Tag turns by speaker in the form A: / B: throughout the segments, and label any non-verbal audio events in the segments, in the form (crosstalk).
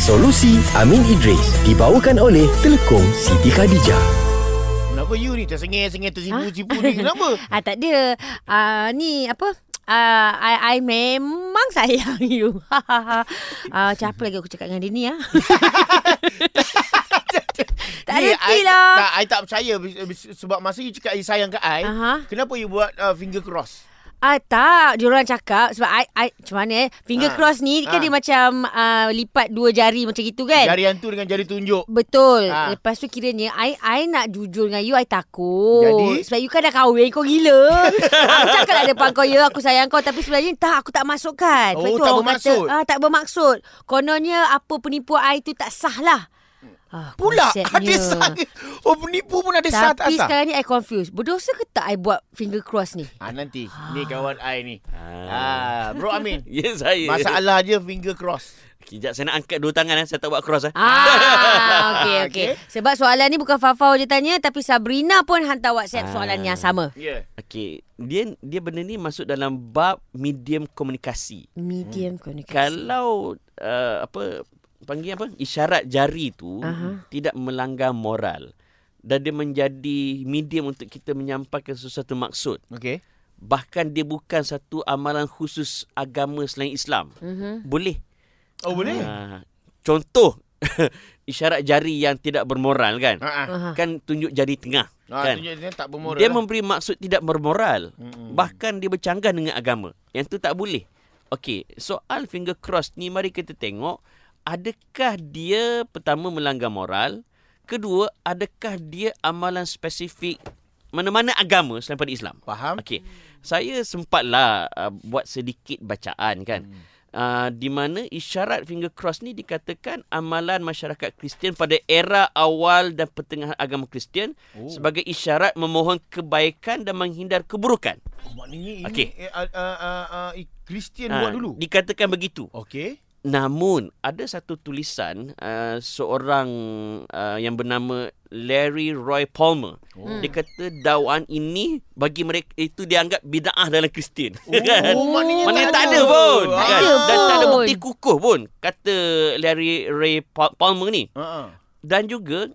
A: Solusi Amin Idris dibawakan oleh Telekom Siti Khadijah.
B: Kenapa you ni tersengih-sengih tersipu-sipu
C: Ah.
B: ni kenapa?
C: Ah tak ada. Ah ni apa? Ah I, I memang sayang (laughs) you. ah macam apa lagi aku cakap dengan dia ni ah. (laughs) (laughs) tak
B: Ni,
C: reti
B: I-
C: lah.
B: Tak, I tak percaya bis- bis- sebab masa you cakap you sayang kat I,
C: Aha.
B: kenapa you buat uh, finger cross?
C: Ah tak, dia orang cakap sebab I, I macam mana eh finger
B: Ah.
C: cross ni kan
B: Ah.
C: dia macam ah, lipat dua jari macam gitu kan.
B: Jari hantu dengan jari tunjuk.
C: Betul.
B: Ah.
C: Ha. Lepas tu kiranya I I nak jujur dengan you I takut.
B: Jadi?
C: sebab you kan dah kahwin kau gila.
B: (laughs)
C: aku cakap lah depan kau ya aku sayang kau tapi sebenarnya tak aku tak masukkan. Sebab
B: Oh,
C: tu
B: tak
C: orang
B: bermaksud.
C: Kata, ah, tak bermaksud. Kononnya apa penipuan I tu tak sah lah. Ah,
B: Pula (laughs)
C: konsepnya.
B: ada sah. Oh penipu pun ada sah tak
C: Tapi
B: sah.
C: sekarang ni I confused. Berdosa ke tak I buat finger cross
B: (laughs)
C: ni?
B: Ah nanti ni kawan I ni. Ah, bro
D: (laughs)
B: Amin.
D: Ya saya
B: Masalah dia finger cross.
D: Kejap saya nak angkat dua tangan eh. Saya tak buat cross eh.
C: Ah, okey okey.
B: Okey.
C: Sebab soalan ni bukan Fafau je tanya tapi Sabrina pun hantar WhatsApp soalan
D: Ah.
C: yang sama.
B: Ya.
D: Okey, dia dia benda ni masuk dalam bab medium komunikasi.
C: Medium komunikasi.
D: Kalau uh, apa panggil apa isyarat jari tu
C: Aha.
D: tidak melanggar moral dan dia menjadi medium untuk kita menyampaikan sesuatu maksud.
B: Okey.
D: Bahkan dia bukan satu amalan khusus agama selain Islam.
C: Mhm.
D: Boleh
B: Oh boleh?
D: Ha, contoh (laughs) isyarat jari yang tidak bermoral kan?
B: Ha ah.
C: Aha.
D: Kan tunjuk jari tengah
B: Ah,
D: kan?
B: tunjuk dia tak bermoral.
D: Dia
B: lah.
D: memberi maksud tidak bermoral.
B: Mm-mm.
D: Bahkan dia bercanggah dengan agama. Yang tu tak boleh. Okey, soal finger cross ni mari kita tengok adakah dia pertama melanggar moral? Kedua, adakah dia amalan spesifik mana-mana agama selain pada Islam?
B: faham?
D: Okey. Saya sempatlah uh, buat sedikit bacaan kan. Uh, di mana isyarat finger cross ni dikatakan amalan masyarakat Kristian pada era awal dan pertengahan agama Kristian
B: Oh.
D: oh. sebagai isyarat memohon kebaikan dan menghindar keburukan.
B: Oh, Maknanya ini
D: Okey.
B: eh, ah, ah, ah, ah, Christian
D: Ah,
B: buat dulu.
D: Dikatakan begitu.
B: Okey.
D: Namun ada satu tulisan uh, seorang uh, yang bernama Larry Roy Palmer.
B: Oh.
D: Oh. Dia kata dakwaan ini bagi mereka itu dianggap bidaah dalam Kristian. (laughs)
B: Oh, maknanya
D: Mana
B: tak
D: tak
B: ada.
D: ada pun.
B: Tak
D: kan?
C: ada
D: Dan tak ada
C: pun.
D: bukti kukuh pun kata Larry Ray Pa- Palmer ni.
B: Ha ah.
D: Dan juga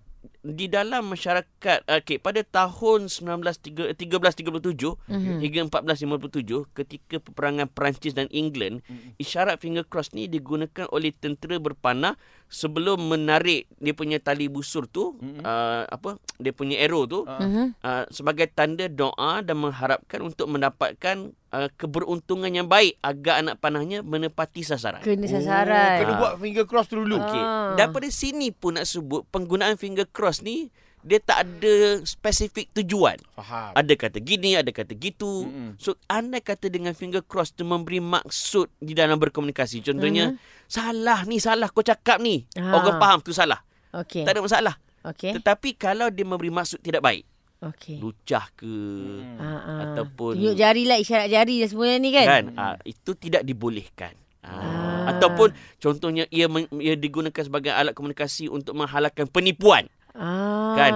D: di dalam masyarakat okey pada tahun 1937
C: Mhm.
D: hingga 1457 ketika peperangan Perancis dan England
B: Mhm.
D: isyarat finger cross ni digunakan oleh tentera berpanah sebelum menarik dia punya tali busur tu
B: Mhm.
D: uh, apa dia punya arrow tu
B: Ah.
C: Mhm.
D: uh, sebagai tanda doa dan mengharapkan untuk mendapatkan uh, keberuntungan yang baik agar anak panahnya menepati sasaran.
B: Oh,
C: Kena
B: kena
C: sasaran.
D: Ah.
B: buat finger cross dulu. dulu.
D: Okey.
C: Ah.
D: Daripada sini pun nak sebut penggunaan finger cross ni dia tak ada spesifik tujuan.
B: Faham.
D: Ada kata gini, ada kata gitu.
B: Mm-mm.
D: So andai kata dengan finger cross tu memberi maksud di dalam berkomunikasi. Contohnya, salah ni salah kau cakap ni.
C: Mm-hmm. Ah.
D: Orang faham tu salah.
C: Okey.
D: Tak ada masalah.
C: Okey.
D: Tetapi kalau dia memberi maksud tidak baik,
C: Okey.
D: lucah ke
B: Hmm.
C: Ha, ha.
D: ataupun-
C: tunjuk jari lah isyarat jari dan semuanya ni kan.
D: kan, ah, itu tidak dibolehkan.
C: Ah.
D: Ah. Ataupun contohnya ia, men- ia digunakan sebagai alat komunikasi untuk menghalalkan penipuan.
C: Ah.
D: Kan?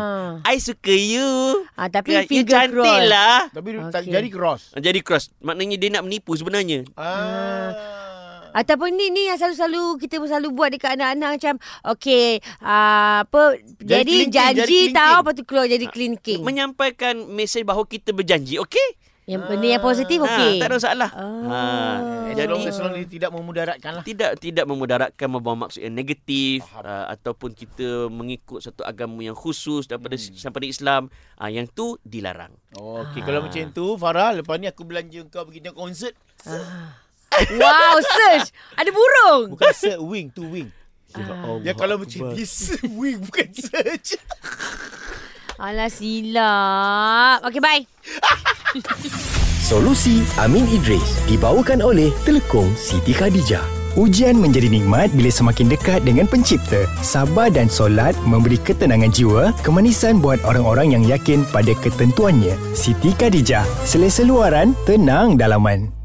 D: I suka you.
C: Ah tapi
D: Ya, you
C: finger
D: cantik
C: cross.
D: lah.
B: Tapi okay. tak
C: Okey.
B: jadi cross.
D: Jadi cross. Maknanya dia nak menipu sebenarnya.
B: Ah.
C: Ataupun ni ni yang selalu-selalu kita pun selalu buat dekat anak-anak macam okey uh, apa jadi,
B: kelingking,
C: janji
B: jadi
C: tahu
B: kelingking.
C: lepas tu keluar jadi
D: Ah.
C: kelingking.
D: Menyampaikan mesej bahawa kita berjanji. Okey?
C: yang benda yang positif
D: Ha,
C: okey.
D: tak ada masalah.
C: Oh.
D: Ha,
B: As
D: jadi
B: long, as long dia tidak memudaratkan lah.
D: tidak tidak memudaratkan membawa maksud yang negatif
B: Faham.
D: uh, ataupun kita mengikut satu agama yang khusus daripada
C: Hmm.
D: daripada Islam uh, yang tu dilarang.
B: Oh, Okey, kalau macam tu Farah, lepas ni aku belanja kau pergi tengok konsert.
C: wow, search. Ada
D: (laughs)
C: burung.
B: (laughs) Bukan set wing, two wing.
D: Ya
B: Ya kalau macam ni set wing bukan search.
C: Alah silap. Okey, bye.
A: Solusi Amin Idris dibawakan oleh Telekom Siti Khadijah.
E: Ujian menjadi nikmat bila semakin dekat dengan pencipta. Sabar dan solat memberi ketenangan jiwa, kemanisan buat orang-orang yang yakin pada ketentuannya. Siti Khadijah, selesa luaran, tenang dalaman.